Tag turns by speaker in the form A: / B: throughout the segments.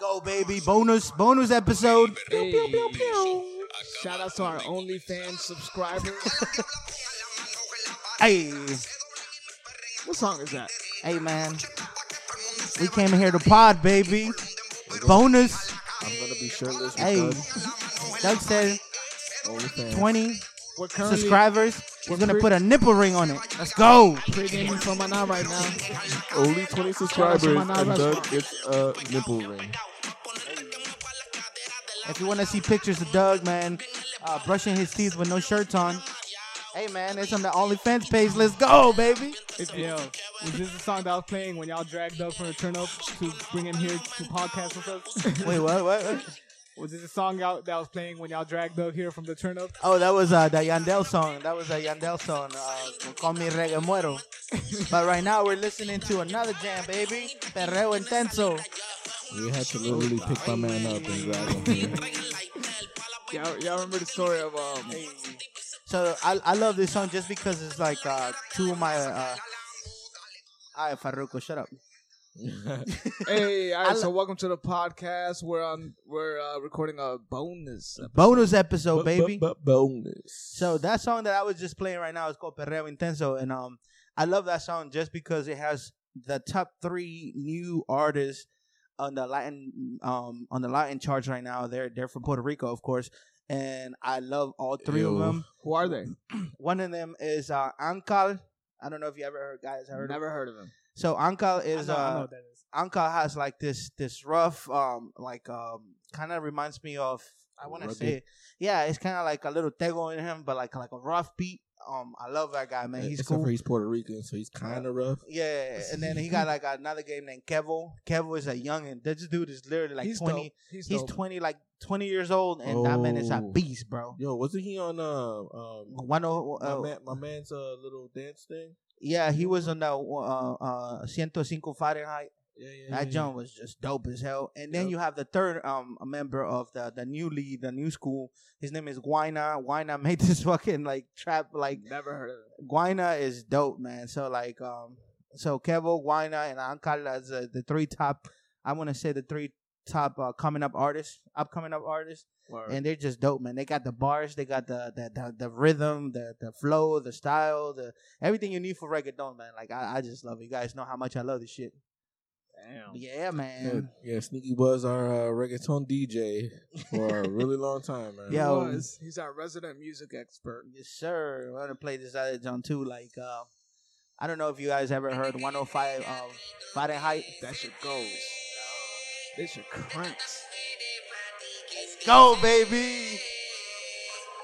A: go, baby. Bonus, bonus episode.
B: Hey.
C: Shout out to our OnlyFans subscribers.
A: Hey,
C: what song is that?
A: hey, man. We came in here to pod, baby. Bonus.
C: I'm gonna be shirtless.
A: Hey,
C: because
A: Doug said
C: OnlyFans.
A: 20
C: We're currently
A: subscribers. He's gonna
C: pre-
A: put a nipple ring on it. Let's go.
C: pre-gaming for my night right now.
B: Only 20 subscribers
C: Shout
B: and
C: out to my
B: Doug gets a nipple ring.
A: If you want to see pictures of Doug, man, uh, brushing his teeth with no shirts on. Hey, man, it's on the OnlyFans page. Let's go, baby.
D: It's, yo, was this the song that I was playing when y'all dragged up from the turn up to bring him here to podcast with us?
A: Wait, what? What? what?
D: was this the song out that I was playing when y'all dragged up here from the turn up?
A: Oh, that was uh, that Yandel song. That was that Yandel song. Uh, Call me Reggae Muero. but right now we're listening to another jam, baby. Perreo Intenso.
B: We had to literally pick my man up and grab him here.
C: Y'all, y'all remember the story of um?
A: So I, I love this song just because it's like uh, two of my. Uh, all right, Farruko, shut up.
C: Hey, all
A: I
C: right.
A: lo-
C: So welcome to the podcast. We're on. We're uh, recording a bonus. episode.
A: Bonus episode, baby.
B: But bonus.
A: So that song that I was just playing right now is called Perreo Intenso, and um, I love that song just because it has the top three new artists on the Latin um on the Latin charts right now. They're they're from Puerto Rico, of course, and I love all three of
B: Ew.
A: them.
C: Who are they?
A: One of them is uh, Ancal. I don't know if you ever heard guys heard. of
C: Never heard of them.
A: So Ancal is
D: I know, I know
A: uh
D: what that is.
A: Ancal has like this this rough um like um kind of reminds me of I want to
B: Rugged.
A: say yeah it's kind of like a little tego in him but like like a rough beat um I love that guy man he's
B: Except
A: cool
B: for he's Puerto Rican, so he's kind of rough.
A: yeah and then he got like another game named Kevo Kevo is a youngin this dude is literally like
C: he's
A: twenty
C: dope. He's,
A: he's
C: dope.
A: twenty like twenty years old and that man is a
B: Oh.
A: beast bro
B: Yo, wasn't he on uh, um
A: one oh,
B: my,
A: uh,
B: man, my man's uh, little dance thing?
A: yeah he was on that uh uh 105 Fahrenheit
B: Yeah, yeah.
A: That
B: yeah.
A: John was just dope as hell. And then
B: Mm-hmm. Yep.
A: you have the third um member of the the new lead, the new school. His name is Guina. Guina made this fucking like trap like
C: Never heard of them.
A: Guina is dope, man. So like um so Kevo, Guina, and Ankala as uh, the three top I wanna say the three top uh, coming up artists, upcoming up artists.
C: Word.
A: And they're just dope, man. They got the bars, they got the the, the, the rhythm, the the flow, the style, the everything you need for reggaeton, man. Like I, I just love it. You guys know how much I love this shit.
C: Damn.
A: Yeah, man.
B: Yeah, yeah, Sneaky was our uh, reggaeton DJ for a really long time, man.
C: He
A: Yo.
C: was. He's our resident music expert.
A: Yes, sir. I'm gonna play this other John too. Like, uh, I don't know if you guys ever heard 105 um, Fahrenheit.
C: That shit goes. This shit cranks.
A: Go, baby.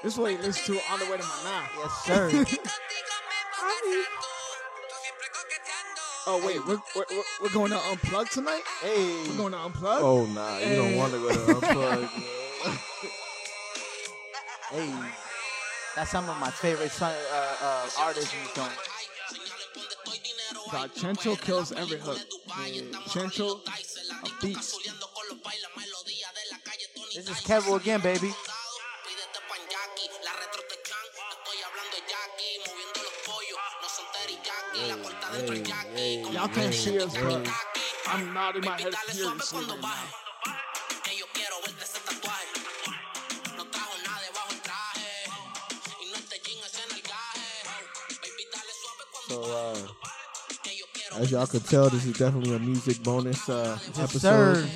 C: This is what he listens to on the way to my night.
A: Yes, sir.
C: Oh wait, we're, we're, we're- we're going to unplug tonight.
A: hey,
C: We're going to unplug.
B: Oh, nah, you don't want to go to unplug. yo.
A: hey. That's some of my favorite son, uh, uh, artists in song.
C: God, Chencho kills every hook. Chencho, a beast.
A: This is Kevo again, baby.
E: Pídete pan Jackie, la retro te chan. No estoy hablando de Jackie, moviendo los pollos. No son Terry Jackie, la corta dentro del Jackie. Como
C: Y'all can't see us, but
E: Jackie.
C: I'm nodding my
E: Baby,
C: head
E: dale suave
C: furiously
E: cuando
C: right now.
E: baje. Que yo quiero verte ese tatuaje. No trajo nada debajo del traje. Y no este jean es en el gaje. Baby, dale suave
B: So,
E: cuando
B: uh, as y'all could tell, this is definitely a music bonus uh,
A: Yes,
B: episode.
A: sir.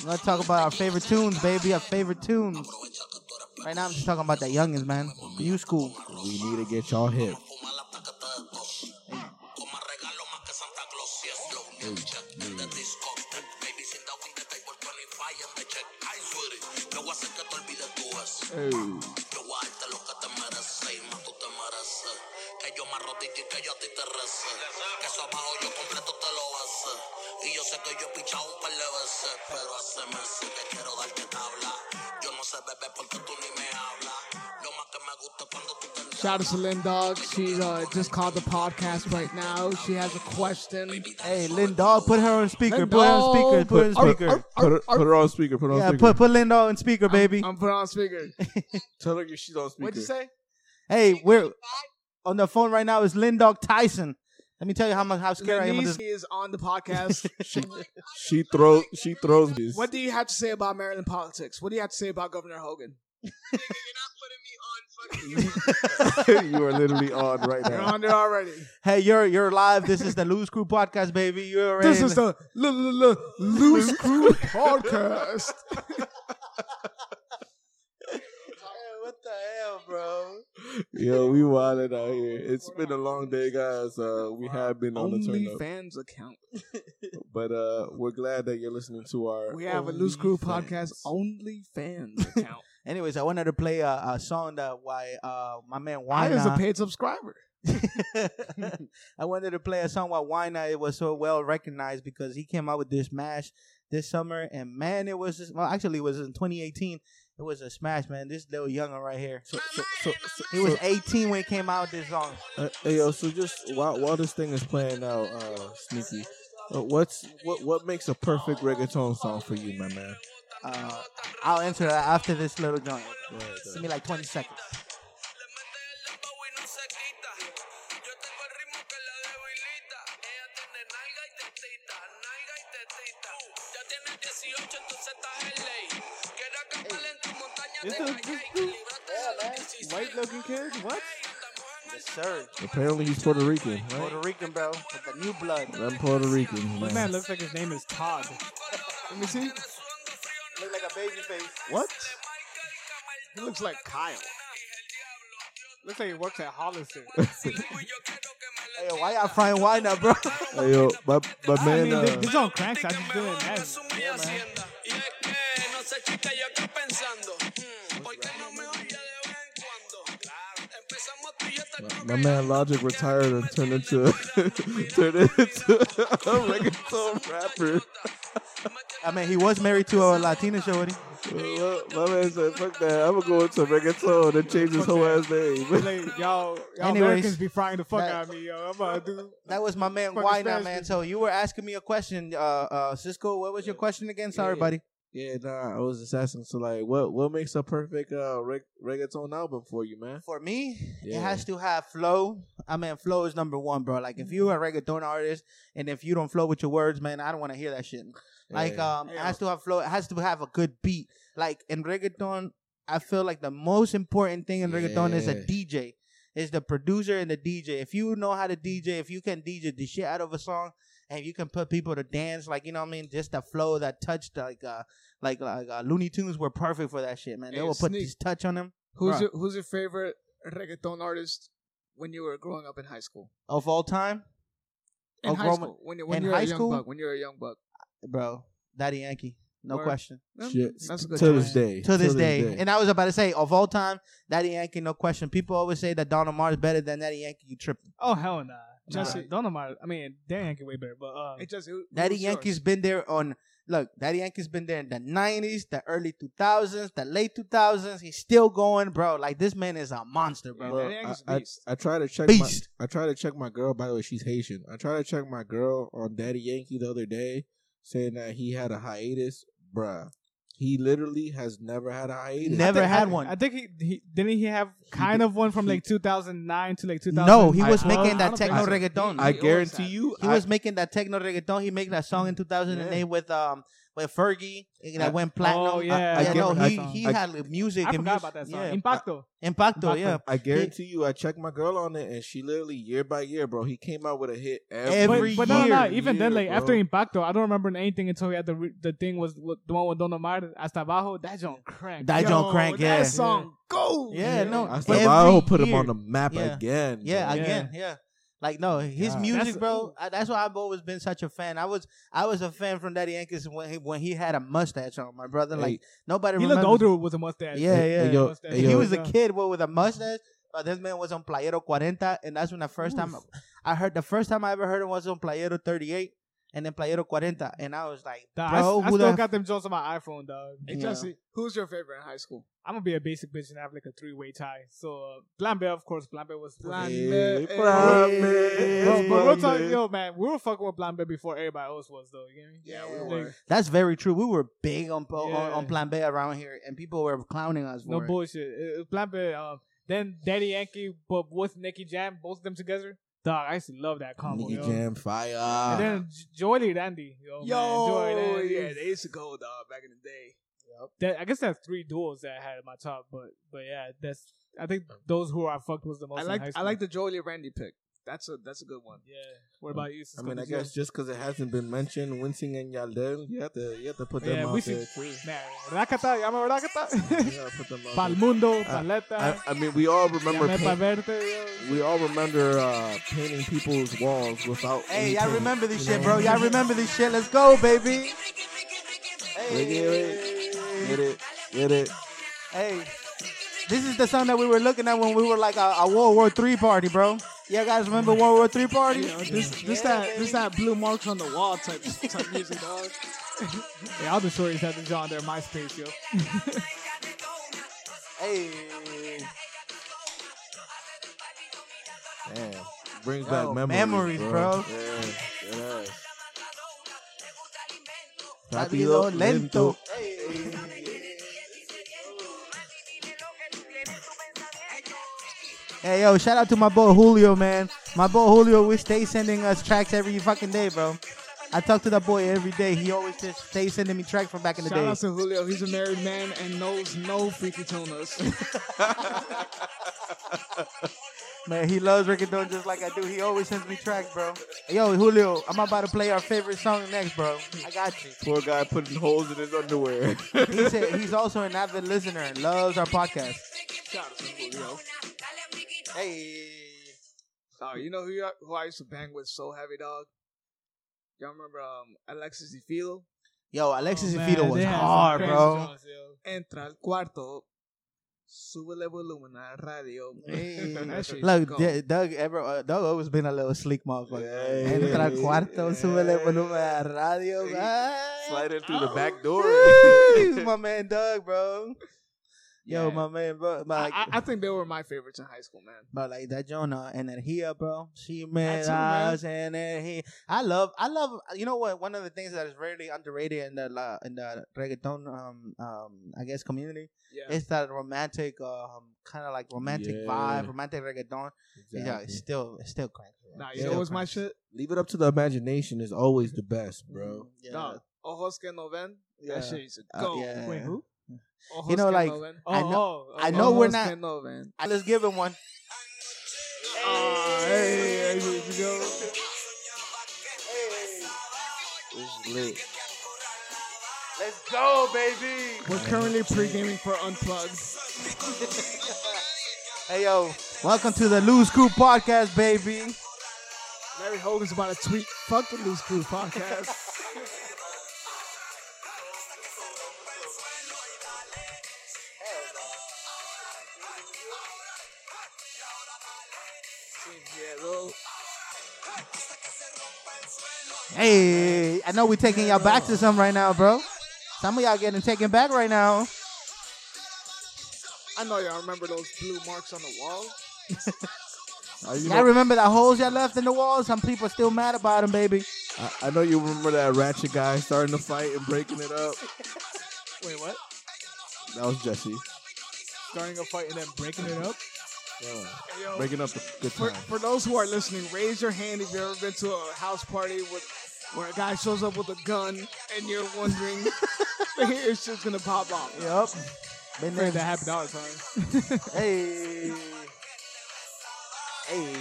A: I'm gonna talk about our favorite tunes, baby. Our favorite tunes. Right now, I'm just talking about the youngins, man. New school.
B: We need to get y'all hip.
E: Yo voy a darte lo que te mereces y más tú te mereces. Que yo me arrodille y que yo a ti te rece. Que eso abajo yo completo te lo hace. Y yo sé que yo he pichado un par de veces, pero hace meses que quiero darte tabla. Yo no sé, bebé, porque tú ni me hablas. Lo más que me gusta es cuando tú te
C: Shout out to Lynn Dog. She uh, just called the podcast right now. She has a question.
A: Hey, Lynn Dog, put her on speaker.
C: Lynn
A: put her on
C: Dog,
A: speaker. Put her on
B: Put,
A: speaker.
B: put, her, put her on speaker. Put her on
A: yeah,
B: speaker.
A: put put Lynn Dog on speaker, baby.
C: I'm put on speaker.
B: tell her she's on speaker.
C: What'd you say?
A: Hey, we're on the phone right now. Is Lindog Tyson? Let me tell you how much how scared I am with
C: Denise
A: this.
C: is on the podcast.
B: She throws. She throws this.
C: what do you have to say about Maryland politics? What do you have to say about Governor Hogan?
B: you are literally on right
C: You're
B: now.
C: on there already.
A: Hey, you're you're live. This is the Lose Crew podcast, baby. You're already. in the-
C: the Loose Crew podcast.
A: what the hell, bro?
B: Yo, we wilded out here. It's been a long day, guys. Uh, we have been on the turn
C: Only
B: up,
C: fans account.
B: but uh, we're glad that you're listening to our.
C: We have a Loose Crew
B: OnlyFans.
C: podcast. Only fans account.
A: Anyways, I wanted to play a, a song that why uh my man
C: I
A: Wina.
C: is a paid subscriber.
A: I wanted to play a song with Wina. It was so well recognized because he came out with this smash this summer, and man, it was just, well, actually it was in 2018. It was a smash, man. This little youngin right here.
B: So, so, so, so,
A: He was 18 when it came out this song.
B: Uh, hey, yo, so just while, while this thing is playing out, uh, Sneaky, uh, what's what what makes a perfect reggaeton song for you, my man?
A: Uh, I'll answer that after this little joint.
B: Right, uh,
A: Give me like 20 seconds.
E: Le mete el dembow y no se quita. Yo tengo el ritmo que la debilita. Ella tiene nalga y tetita, nalga y tetita. Ya tienes 18, entonces estás en ley. Quiero acampar en tu montaña de
D: This is-
E: calle.
D: this dude-
E: Librate de los 16.
D: White looking kid?
E: Andamos
D: What?
E: en el
A: Yes, sir.
B: Apparently, he's Puerto Rican, right?
A: Puerto Rican, bro. With the new blood.
B: I'm Puerto Rican,
D: This
B: man.
D: man looks like his name is Todd.
C: Let me see.
A: Look like a baby face.
C: What? He looks like Kyle.
D: Looks like he works at Hollister.
A: Hey, yo, why y'all frying Wina, bro?
B: Hey, yo, my, my
D: I
B: man,
D: mean, this,
B: uh,
D: this on cracks. I just didn't
E: Mejor
D: ask.
E: asumí hacienda. Y es que no sé, chica, yo estoy pensando. Hmm, ¿Por qué no me oye de vez en cuando? Claro. Empezamos tú y yo te
B: my man Logic retired and turned into turned into a reggaeton rapper.
A: I mean, he was married to a Latina show, wasn't he?
B: Uh, My man said, "Fuck that, I'm gonna go into reggaeton and change his whole ass name."
D: Like, y'all, y'all
A: Anyways,
D: Americans be frying the fuck
A: that-
D: out of me, yo. I'm about to do.
A: That was my man
D: Fucking
A: Why not,
D: Spanish
A: man.
D: dude.
A: So you were asking me a question, uh, uh, Cisco. What was your question again? Sorry,
B: Yeah.
A: buddy.
B: Yeah, nah, I was just asking. So, like, what what makes a perfect uh, reg- reggaeton album for you, man?
A: For me,
B: Yeah.
A: it has to have flow. I mean, flow is number one, bro. Like, if you're a reggaeton artist and if you don't flow with your words, man, I don't want to hear that shit. Like,
B: Yeah.
A: um, it has to have flow. It has to have a good beat. Like in reggaeton, I feel like the most important thing in reggaeton is a
B: Yeah.
A: DJ, is the producer and the DJ. If you know how to DJ, if you can DJ the shit out of a song, and you can put people to dance, like you know what I mean, just the flow that touched, like, uh, like, like uh, Looney Tunes were perfect for that shit, man. They
C: Hey,
A: will put
C: Sneak.
A: this touch on them
C: Who's
A: Bruh.
C: your Who's your favorite reggaeton artist when you were growing up in high school?
A: of all time,
C: In
A: Oh,
C: high
A: growing-
C: school, when, you- when
A: in
C: you were
A: high
C: a young
A: school?
C: buck, when you were a young buck,
A: bro. Daddy Yankee, no
C: Word.
A: question.
C: Well,
B: Shit.
C: that's a good.
B: to
C: choice.
B: this day.
A: to this day. And I was about to say, of all time, Daddy Yankee, no question. People always say that Donald Mars better than Daddy Yankee. You tripping?
D: Oh hell nah. Just
C: Nah.
D: don't know my. I mean, Dan Yankee way better, but uh,
C: It just who,
A: Daddy
C: who's
A: Yankee's
C: yours?
A: been there on. Look, Daddy Yankee's been there in the '90s, the early 2000s, the late 2000s. He's still going, bro. Like this man is a monster, bro.
D: Well,
B: I, I,
D: beast.
B: I try to check
A: Beast.
B: my I try to check my girl. By the way, she's Haitian. I try to check my girl on Daddy Yankee the other day, saying that he had a hiatus, bruh. He literally has never had a hiatus.
A: Never
D: I think-
A: had
D: I-
A: one.
D: I think he, he didn't he have kind of one from like 2009 to like 2000.
A: No, he was
B: I-
A: making
D: I
A: that
D: don't
A: techno
D: think
A: reggaeton.
B: I
C: He always
B: guarantee
C: had.
B: you,
A: he
B: I-
A: was making that techno reggaeton. He made that song in 2008
B: Yeah.
A: with um with Fergie that
B: I-
A: went platinum.
D: Oh, yeah.
B: I
A: yeah,
B: get-
A: no,
B: I-
A: he he
B: I-
A: had music.
D: I
A: and
D: forgot
A: music-
D: about that song.
A: Yeah,
D: Impacto.
A: Impacto,
D: Impacto.
A: yeah.
B: I guarantee you, I checked my girl on it, and she literally year by year, bro. He came out with a hit every,
A: Every
D: but, but no, no, no.
A: year,
D: Even then,
B: year,
D: like after
B: bro.
D: Impacto, I don't remember anything until we had the re- the thing was with- the one with Don Omar hasta abajo. That joint cranked.
A: That joint
C: Yo,
A: crank, yeah.
C: That song goes.
A: Yeah, no.
B: I said,
A: every
B: I'll put him
A: year.
B: on the map
A: Yeah.
B: again.
A: Yeah,
B: bro.
D: Yeah.
A: again, yeah. Like no, his
B: God.
A: music,
D: That's-
A: bro. I, that's why I've always been such a fan. I was, I was a fan from Daddy Yankees when he, when he had a mustache on my brother.
B: Hey.
A: Like nobody.
D: He
A: remembers.
D: looked older with a mustache.
A: Yeah,
D: With
A: yeah.
D: the
B: Hey, yo,
D: mustache.
B: hey,
A: he
B: yo.
A: was a kid with, with a mustache. But this man was on Playero 40, and that's when the first time
D: Oof.
A: I heard. The first time I ever heard him was on Playero 38, and then Playero 40, and I was like,
D: Nah, I,
A: bro,
D: I
A: who
D: still
A: the
D: got them joints on my iPhone, dog.
C: Hey,
A: Yeah.
C: Jesse, who's your favorite in high school?
D: I'm gonna be a basic bitch and have like a three way tie. So uh, Plan B, of course, Plan B was. was-
C: Plan B.
B: Yeah,
C: Hey,
B: promise,
D: Bro, but real talk,
B: promise.
D: yo, man, we were fucking with Plan B before everybody else was, though. You get me?
C: Yeah, we
A: Yeah.
C: were.
D: Like,
A: That's very true. We were big on on,
D: Yeah.
A: on Plan B around here, and people were clowning us.
D: no
A: for it.
D: bullshit. It- it- Plan B. Um, then Daddy Yankee, but with Nicky Jam, both of them together. Dog, I used to love that combo.
B: Nigga
D: Yo.
B: Jam fire.
D: And then J- Joely Dandy. Yo, Oh, man, Joely Dandy.
F: yeah, they used to go dog back in the day.
D: That- I guess that's three duels that I had in my top, but but yeah, that's I think those who I fucked was the most.
F: I
D: in
F: like
D: high
F: I
D: school.
F: like the Jolie Randy pick. That's a that's a good one.
D: Yeah. What about you?
B: I mean, I
D: Siscoe?
B: guess just because it hasn't been mentioned, Wincing and Yaldel, you have to you have to put them
D: Yeah,
B: out
D: we
B: there
D: should.
B: too.
D: Man, Rakata, llama Rakata.
B: You gotta put them out there.
D: Palmundo,
B: I-
D: Paleta.
B: I, I mean, we all remember
D: Llame pa
B: paint,
D: verte, yo.
B: we all remember uh, painting people's walls without.
A: Hey,
B: any
A: y'all
B: paint,
A: remember this
B: you
A: shit,
B: know?
A: bro. Y'all remember this shit. Let's go, baby.
B: Get it, get it, get it.
A: Hey, this is the song that we were looking at when we were like a, a World War Three party, bro. Yeah, guys, remember World War Three party?
C: Yo, this this that this that blue marks on the wall type type music, dog.
D: Yeah, all the stories had the genre in MySpace, yo.
A: Hey,
B: Damn, brings
A: Yo,
B: back
A: memories,
B: memories,
A: bro.
B: Yeah, yeah.
A: rápido, lento. Hey, yo, shout out to my boy Julio, man. My boy Julio, we stay sending us tracks every fucking day, bro. I talk to that boy every day. He always just stay sending me tracks from back in the
F: Shout
A: day.
F: out to Julio. He's a married man and knows no freaky toners.
A: Man, he loves reggaeton just like I do. He always sends me tracks, bro. Yo, Julio, I'm about to play our favorite song next, bro. I got you.
B: Poor guy putting holes in his underwear.
A: He said he's also an avid listener and loves our podcast.
F: Shout out to Julio.
A: Hey,
F: Oh, you know who, I- who I used to bang with so heavy, dog? Y'all remember um, Alexis DeFilo?
A: yo, Alexis
D: Oh,
A: oh,
D: man,
A: was
D: they had some
A: hard,
D: crazy
A: bro.
D: joints, yo.
F: Entra al cuarto. Súbele volumen al radio.
A: Hey.
F: That shit
A: Look,
F: go.
A: D- Doug, ever, uh, Doug always been a little sleek motherfucker.
B: Yeah,
A: Entra al
B: yeah,
A: cuarto,
B: yeah.
A: súbele volumen a radio.
B: Hey,
A: man.
B: Slide in through the back door.
A: Woo, my man Doug, bro. Yo,
F: Yeah.
A: my man, bro.
F: I,
A: My,
F: I, I think they were my favorites in high school, man.
A: But like that Jonah energía, bro. She
F: too,
A: made
F: man.
A: us energía. I love, I love. You know what? One of the things that is really underrated in the la- in the reggaeton, um, um, I guess community
F: Yeah.
A: is that romantic, um, kind of like romantic
B: Yeah.
A: vibe, romantic reggaeton. Yeah,
B: Exactly.
A: it's still, it's still crank.
F: Nah, you
A: It's
F: know
A: still
F: what's my
A: crank.
F: shit?
B: Leave it up to the imagination is always the best, bro.
A: Yeah.
F: Dog. Ojos que no ven.
A: Yeah.
F: That shit used to
A: Uh,
F: go.
A: yeah.
D: Wait, who?
F: Ojos
A: You know,
F: que
A: like,
F: no ven.
D: Oh,
A: I know-
D: oh,
A: I
D: oh,
A: know we're
F: Ojos
A: not-
F: que no ven.
A: Uh, Let's give him one.
F: Ah, hey, hey, here we go.
B: It's lit.
A: Let's go, baby.
F: We're currently pre-gaming for Unplugged.
A: Hey yo, welcome to the Lose Crew podcast, baby.
F: Larry Hogan's about to tweet, fuck the Loose Crew podcast.
A: Hey, I know we're taking y'all back to some right now, bro. Some of y'all getting taken back right now.
F: I know y'all remember those blue marks on the wall.
B: I, Oh, you
A: Y'all
B: know,
A: remember the holes y'all left in the wall? Some people still mad about them, baby.
B: I, I know you remember that ratchet guy starting to fight and breaking it up.
D: Wait, what?
B: That was Jesse.
D: Starting a fight and then breaking it up?
B: Yeah.
F: Hey, yo,
B: Breaking up the good
F: for,
B: time.
F: for those who are listening, raise your hand if you've ever been to a house party with where a guy shows up with a gun and you're wondering it's just gonna pop off.
A: Yup. Been
D: Afraid that
A: there.
D: happened all the time.
A: Hey. Hey.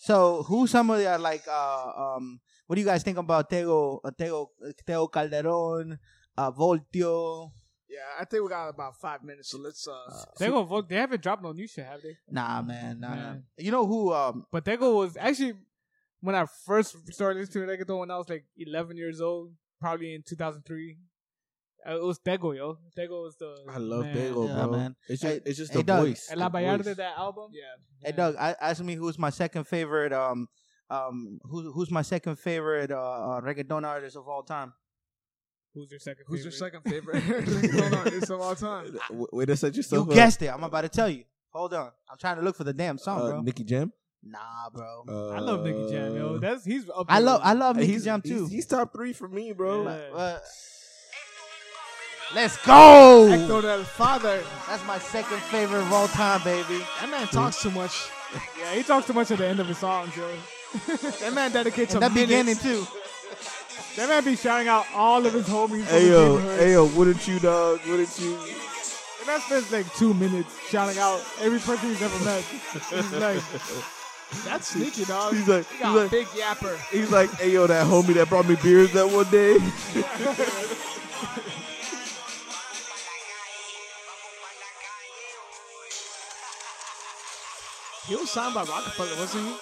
A: So, who some of y'all like? Uh, um, what do you guys think about Tego, uh, Tego, Tego Calderon, uh, Voltio?
F: Yeah, I think we got about five minutes, so let's uh,
D: They go vote. They haven't dropped no new shit, have they?
A: Nah, man, nah, nah.
D: Man.
A: You know who? Um,
D: But Tego was actually when I first started listening to Reggaeton when I was like 11 years old, probably in 2003. Uh, it was Tego, yo. Tego was the.
B: I love
D: man.
B: Dago,
A: Yeah,
B: bro.
A: man.
B: It's just,
A: Hey-
B: it's just
A: hey,
B: the
A: Doug.
B: voice.
D: El La
B: the
D: Bayarde,
B: voice.
D: that album.
F: yeah.
A: Hey Doug, I, ask me who's my second favorite um um who, who's my second favorite uh, uh reggaeton artist of all time?
D: Who's your second?
F: Who's your second
D: favorite?
F: favorite? Going on, it's of all time.
B: W- Way to set
A: You
B: yourself up.
A: guessed it. I'm about to tell you. Hold on. I'm trying to look for the damn song,
B: uh,
A: bro.
B: Nicky Jam.
A: nah, bro.
D: I love Nicky Jam,
F: Uh,
D: yo. That's he's up.
A: I
D: there.
A: love I love
B: Hey,
A: Nicky
B: uh, he's,
A: Jam too.
B: He's, he's top three for me, bro.
D: Yeah.
A: Uh, let's go.
F: Hector del Father.
A: That's my second favorite of all time, baby.
F: That man talks too much.
D: Yeah, he talks too much at the end of his songs, yo.
F: That man dedicates a
A: That
F: minute.
A: beginning too.
D: That man be shouting out all of his homies. from the
B: Ayo,
D: neighborhood.
B: ayo, wouldn't you, dog? Wouldn't you?
D: That man spends like two minutes shouting out every person he's ever met. He's like,
F: That's sneaky, dog.
B: He's like,
F: He
B: he's
F: got a
B: like,
F: big yapper.
B: he's like, ayo, that homie that brought me beers that one day.
F: He was signed by Rockefeller, wasn't he?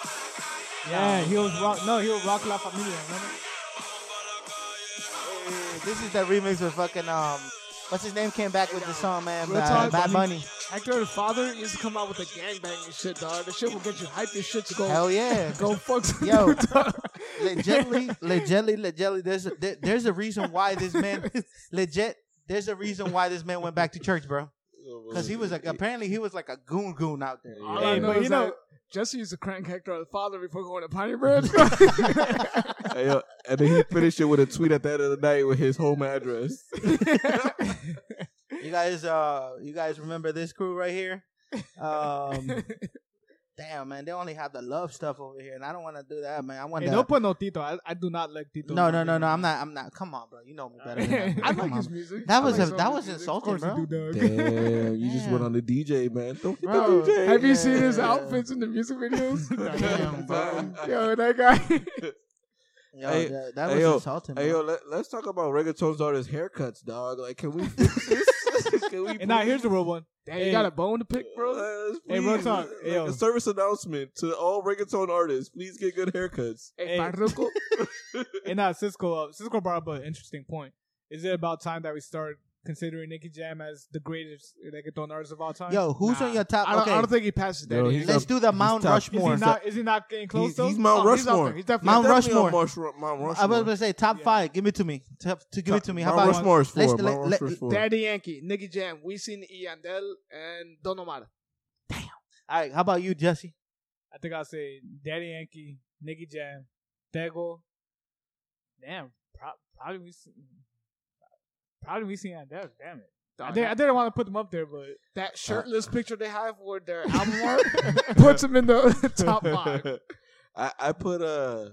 D: yeah, he was rock. No, he was rock La Familia. Remember?
A: This is that remix with fucking um, what's his name came back with the song, man. uh,
F: Real
A: Bad,
F: talk,
A: Bad
F: Bunny.
A: Bunny.
F: Hector's father used to come out with the gangbanging shit, dog. The shit will get you hyped. This shit to go
A: Hell yeah.
F: go fuck some
A: Yo,
F: dude, dog.
A: legitly, legitly, legitly. There's a, there, there's a reason why this man legit. There's a reason why this man went back to church, bro. Because he was like apparently he was like a goon goon out there.
F: All
D: Hey,
F: I know
D: but
F: is
D: you know-
F: that Jesse used to crank Hector's father before going to Piney Bread.
B: Ayo, and then he finished it with a tweet at the end of the night with his home address.
A: You guys, uh, you guys remember this crew right here? Um, damn man, they only have the love stuff over here, and I don't want to do that, man. I want
D: Hey,
A: to.
D: don't put no Tito. I, I do not like Tito.
A: No, no, no, no. I'm not. I'm not. Come on, bro. You know me better. Than that, bro.
F: I
A: Come
F: like
A: on,
F: his
A: bro.
F: music.
A: That
F: I
A: was
F: like
A: a,
F: some
A: that
F: of
A: was
F: his music.
D: Of
A: insulting,
D: course
A: bro.
D: you do, dog.
B: Damn, you just went
A: Damn.
B: on the DJ, man. Don't get
A: Bro,
B: the DJ.
F: Have you
A: Yeah.
F: seen his outfits in the music videos?
A: Damn, bro.
F: Yo, that guy.
A: Yo,
B: Hey,
A: that, that
B: hey,
A: was
B: yo.
A: insulting. Bro.
B: Hey, yo, let, let's talk about reggaeton's artist haircuts, dog. Like, can we fix this? can we
D: And now here's the real one.
F: Damn,
D: Hey.
F: you got a bone to pick, bro.
B: Bro,
D: Hey, real talk. Hey, yo.
B: a service announcement to all reggaeton artists: Please get good haircuts.
F: Hey,
D: Hey.
F: Farruko.
D: and now Cisco, uh, Cisco brought up an interesting point. Is it about time that we start considering Nicki Jam as the greatest reggaeton artist of all time?
A: Yo, who's
F: Nah.
A: on your
F: I
A: top?
F: don't,
A: Okay,
F: I don't think he passes that.
B: Yo,
F: age.
B: he's
A: let's
B: up-
A: do the Mount
B: top.
D: is
A: Rushmore.
D: he not? Is he not getting close
B: He's,
D: though?
B: he's Mount
F: Oh, he's up
B: Rushmore.
F: there. He's definitely
A: Mount
B: Definitely on
A: Rushmore.
B: Mount Rushmore. Mount
A: I was
B: Rushmore.
A: gonna say top
D: Yeah.
A: five. Give it to me. Top, to give it to me. How
B: Mount
A: about
B: Rushmore is four.
A: let's- let-
B: Mount
A: let-
B: Rushmore is four.
F: Daddy Yankee, Nicky Jam, Wisin E. Yandel, and Don Omar.
A: All right, how about you, Jesse?
D: I think I'll say Daddy Yankee, Nicki Jam, Dago. Damn, pro- probably we see, probably we seen that. Damn it. I,
F: Dog,
D: did,
F: that-
D: I didn't want to put them up there, but
A: Uh.
F: That shirtless picture they have with their album art puts him in the top five.
B: I, I put uh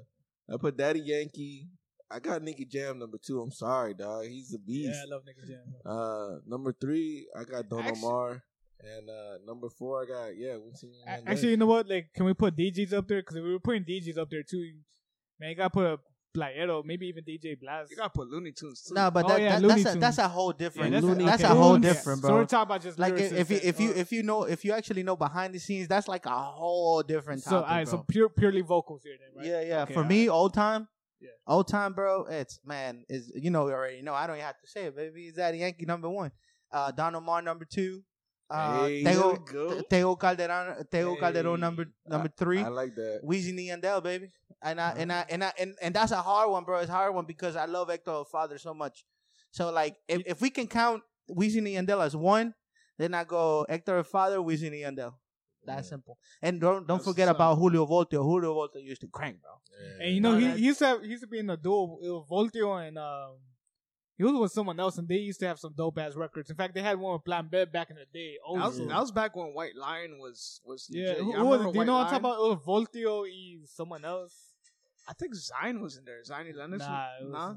B: I put Daddy Yankee. I got Nicky Jam number two. I'm sorry, dog. He's a beast.
D: yeah, I love Nicki Jam.
B: uh, number three, I got Don
F: Actu-
B: Omar, and uh, number four, I got yeah. we seen
D: A- Actually, you know what? Like, can we put DJs up there? Because if we were putting DJs up there too, man, you gotta put a Playero, maybe even DJ Blast.
F: You gotta put Looney Tunes too.
A: No, but
D: Oh,
A: that,
D: yeah,
A: that,
D: Looney
A: that's a,
D: Tunes.
A: that's a whole different.
B: Yeah,
A: that's
B: Looney
A: a, that's a
B: Tunes.
A: whole
B: Looney.
A: different,
D: So we're
A: bro.
D: talking about just
A: Like if, if you
D: lyricists
A: if you
D: and-
A: if you know if you actually know behind the scenes, that's like a whole different
D: so,
A: topic,
D: all right, so
A: bro.
D: pure, purely vocals here, then,
A: Yeah,
D: right?
A: yeah.
D: Okay,
A: For
D: all
A: me, old time.
D: Yeah.
A: Old time, bro. It's man is you know you already know. I don't even have to say it, baby. Is that Yankee number one? Uh, Don Omar number two. Uh,
B: Hey,
A: Teo,
B: there we go.
A: Teo Calderon, Teo Calderon
B: Hey,
A: number
B: I-
A: number three.
B: I like that.
A: Weezy Nee and Dell, baby. And I and I and I and, and that's a hard one, bro. It's a hard one because I love Hector's father so much. So like if, if we can count Weezy Nee and Dell as one, then I go Hector's father, Weezy Nee and Dell. That's simple. And don't don't
F: That's
A: forget
F: what's up.
A: about Julio Voltio. Julio Voltio used to crank, bro.
D: And you know,
F: No,
D: he,
F: that-
D: he used to have, he used to be in a duo with Voltio and um, he was with someone else, and they used to have some dope ass records. In fact, they had one with Plan Bed back in the day. Oh,
F: That was,
D: yeah.
F: that was back when White Lion was was
D: yeah.
F: legit.
D: Who,
F: I
D: who
F: remember
D: was it? Do you
F: White
D: know what I'm
F: Lion.
D: talking about? It was Voltio and someone else.
F: I think Zion was in there. Zion Lennon.
D: Nah, it was-
F: nah.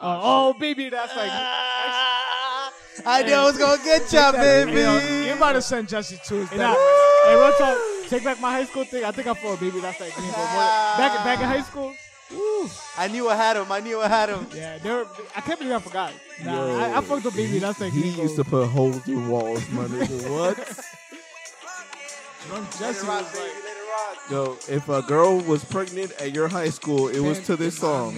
D: Uh, oh, baby, that's like.
F: Ah,
A: I knew I was gonna get ya,
F: Hey,
A: baby.
F: you about to send Jesse to his
D: Hey, nah,
F: death.
D: hey, real talk. Take back my high school thing. I think I fought baby. That's like green, but what- back back in high school.
A: I knew I had him. I knew I had him.
D: Yeah, they were, I can't believe I forgot. Nah,
B: Yo.
D: I, I fucked up baby. That's like
B: He
D: green,
B: used to
D: but-
B: put holes in walls, my nigga. What?
F: Jesse was like,
B: Yo, if a girl was pregnant at your high school, it was to this song.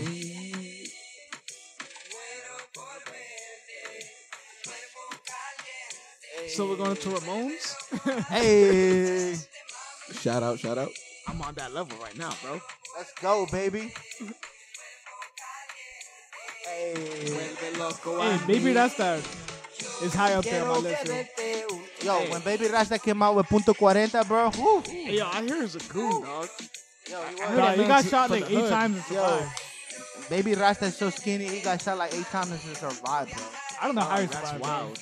F: so we're going to Ramones.
A: Hey,
B: Shout out, shout out.
F: I'm on that level right now, bro.
A: let's go, baby. Hey.
F: When the love go
D: Hey,
F: out,
D: baby, that's the. It's high up there on my list. yo.
A: Yo, when Baby Rasta came out with Punto 40, bro, whew,
F: Hey, yo, I hear is a goon, dog.
D: Nah,
F: that
D: you
F: man's
D: got shot
F: for
D: like
F: the
D: eight
F: hood.
D: times and survived.
A: Baby Rasta is so skinny, he got shot like eight times to survive, bro.
D: I don't know how he
F: That's
D: survived.
F: wild.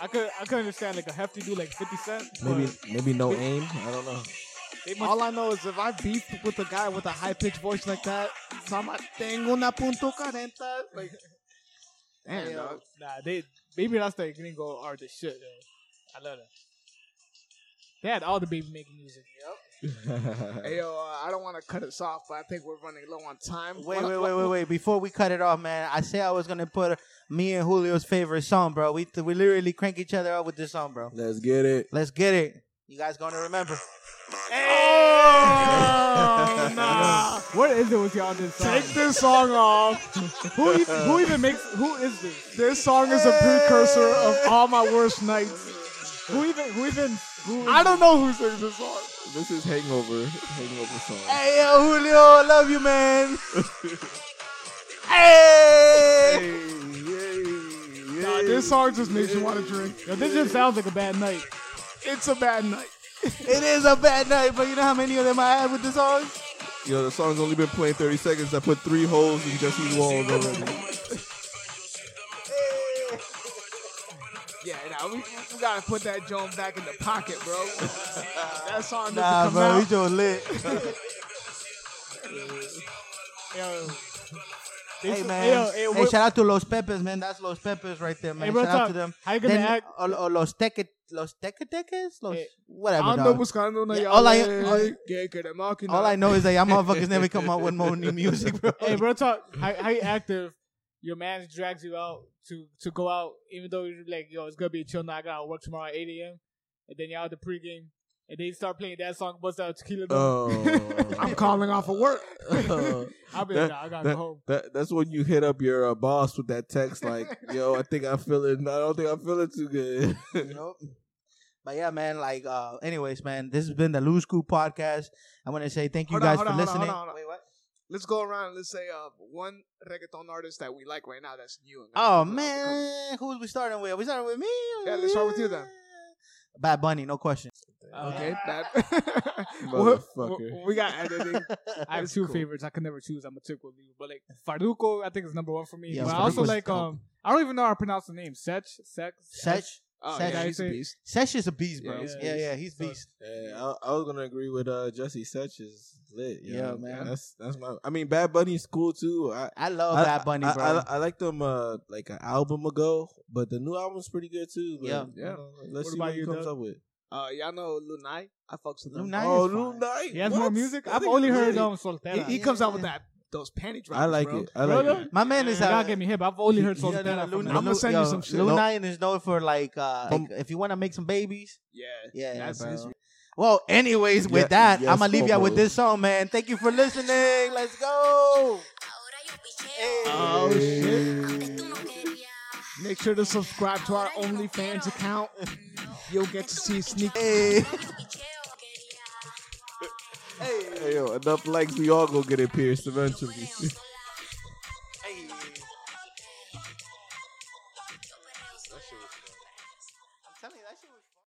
D: I could I could understand like a hefty dude like Fifty Cent. but
B: Maybe maybe no aim. I don't know.
D: they must,
F: All I know is if I beef with a guy with a high pitched voice like that, Sama tengo una punto cuarenta. Like, damn, dog.
D: nah they baby that's the gringo are the shit. Though. I love that. They had all the baby making music.
F: Hey, yo, uh, I don't want to cut us off, but I think we're running low on time.
A: Wait,
F: What-
A: wait,
F: what-
A: wait, wait, wait. Before we cut it off, man, I say I was gonna put me and Julio's favorite song, bro. We we literally crank each other up with this song, bro.
B: Let's get it.
A: Let's get it. You guys gonna remember?
F: Oh, nah.
D: What is it with y'all this song?
F: Take this song off.
D: who, even, who even makes who is this?
F: This song is a precursor of all my worst nights.
D: Who even who even who
F: I don't know who sings this song.
B: This is Hangover. Hangover song.
A: Hey, yo, Julio, I love you, man. hey.
F: Nah, this song just makes you want to drink.
D: Yo, this just sounds like a bad night.
F: It's a bad night.
A: It is a bad night, but you know how many of them I had with this song?
B: Yo, the song's only been playing 30 seconds. I put three holes in Jesse's walls already.
F: Yeah, nah, we, we gotta put that Joan back in the pocket, bro. that song needs to
A: Nah,
F: come
A: bro, we
F: out.
A: just lit.
D: Yo, They
A: hey,
D: s-
A: man.
D: yo,
A: hey,
D: what-
A: shout out to Los Pepes, man. That's Los Pepes right there, man.
D: Hey, bro,
A: shout out
D: talk.
A: to them.
D: How you gonna
A: Then,
D: act?
A: Or, or Los Teque, Los Tecateques? Los,
D: Hey,
A: whatever,
F: I
A: dog.
F: know what's going on.
A: Yeah,
F: y'all.
A: all I-
F: Hey, get- get them out, you
A: All
F: know.
A: I know is that y'all motherfuckers never come out with more new music, bro.
D: hey, bro, talk. How, how you act if your man drags you out to to go out, even though you're like, yo, it's gonna be a chill night. I gotta work tomorrow at 8 a.m. And then y'all at the pregame, and they start playing that song, bust out tequila. Dome.
B: Oh.
F: I'm calling off of work.
D: I'll be
B: that-
D: like, nah, I gotta
B: that-
D: go home.
B: That, that's when you hit up your uh, boss with that text like, "Yo, I think I'm feeling. I don't think I'm feeling too good."
A: Nope. But yeah, man. Like, uh, anyways, man. This has been the Lose School podcast. I want to say thank you
F: Hold on,
A: guys
F: hold
A: for
F: on, hold on,
A: listening.
F: hold on, hold on.
A: Wait, what?
F: Let's go around. Let's say uh, one reggaeton artist that we like right now. That's new.
A: Oh man, who was we starting with? We starting with me.
F: Yeah, let's start with you then.
A: Bad Bunny, no question.
F: Okay, bad.
B: Motherfucker.
F: we got editing.
D: I have
F: It's
D: two
F: cool.
D: favorites. I could never choose. I'm a tickle leave. But like Farduko, I think is number one for me.
A: Yeah,
D: but I also
A: Farruko's
D: like
A: dope.
D: um I don't even know how to pronounce the name. Sech? Sex?
A: Sech,
F: Oh,
A: Sad
F: yeah,
A: guy
F: he's a
D: say-
F: beast.
A: Sech is a beast, bro.
D: Yeah,
A: Yeah,
D: he's
A: yeah, he's
D: a beast. So-
A: beast.
B: Yeah, I, I was gonna agree with uh, Jesse Such is lit. yo.
A: Yeah, man.
B: That's that's my. I mean, Bad Bunny's cool too. I,
A: I love
B: I-
A: Bad Bunny,
B: I,
A: bro.
B: I, I liked them uh, like an album ago, but the new album's pretty good too. But,
A: Yeah.
B: you
F: Yeah.
B: know, let's
D: What
B: see
D: about
B: what he
D: you,
B: comes
D: Doug?
B: up with.
F: Uh, y'all know Lunai. I fucks with him.
A: Lunai
B: oh,
A: is
B: New
A: fine.
B: Night.
D: He has
B: What?
D: more music.
B: That
D: I've
B: nigga's
D: only heard
B: lit.
D: um
F: He,
D: Soltera.
F: he comes out with that those panty drops.
B: I like
F: bro.
B: it. I like
D: Brother.
B: it.
A: My man is uh,
D: You gotta
A: a.
D: get me hip. I've only heard
A: you know,
D: Soltera.
A: no,
D: from
A: Luna-
D: him.
F: I'ma send you
A: yo,
F: some shit.
A: Lil
B: Nope.
A: Nine is known for like, uh,
B: Um,
A: like, if you want to make some babies.
F: Yeah.
A: Yeah,
F: That's
A: bro.
F: his-
A: Well, anyways, with
B: Yeah,
A: that,
B: yes,
A: I'm gonna leave y'all with
B: Bobo.
A: this song, man. Thank you for listening. Let's go.
G: Ahora yo picheo,
A: Hey.
F: Oh shit!
G: antes tú no querías.
F: Make sure to subscribe to our OnlyFans account. You'll get to see sneak.
A: Hey.
G: Ahora yo picheo, quería.
B: Hey, yo, enough likes, we all gonna get it pierced eventually.
G: Perreo sola. Yo perreo sola.
A: I'm telling you, that shit was.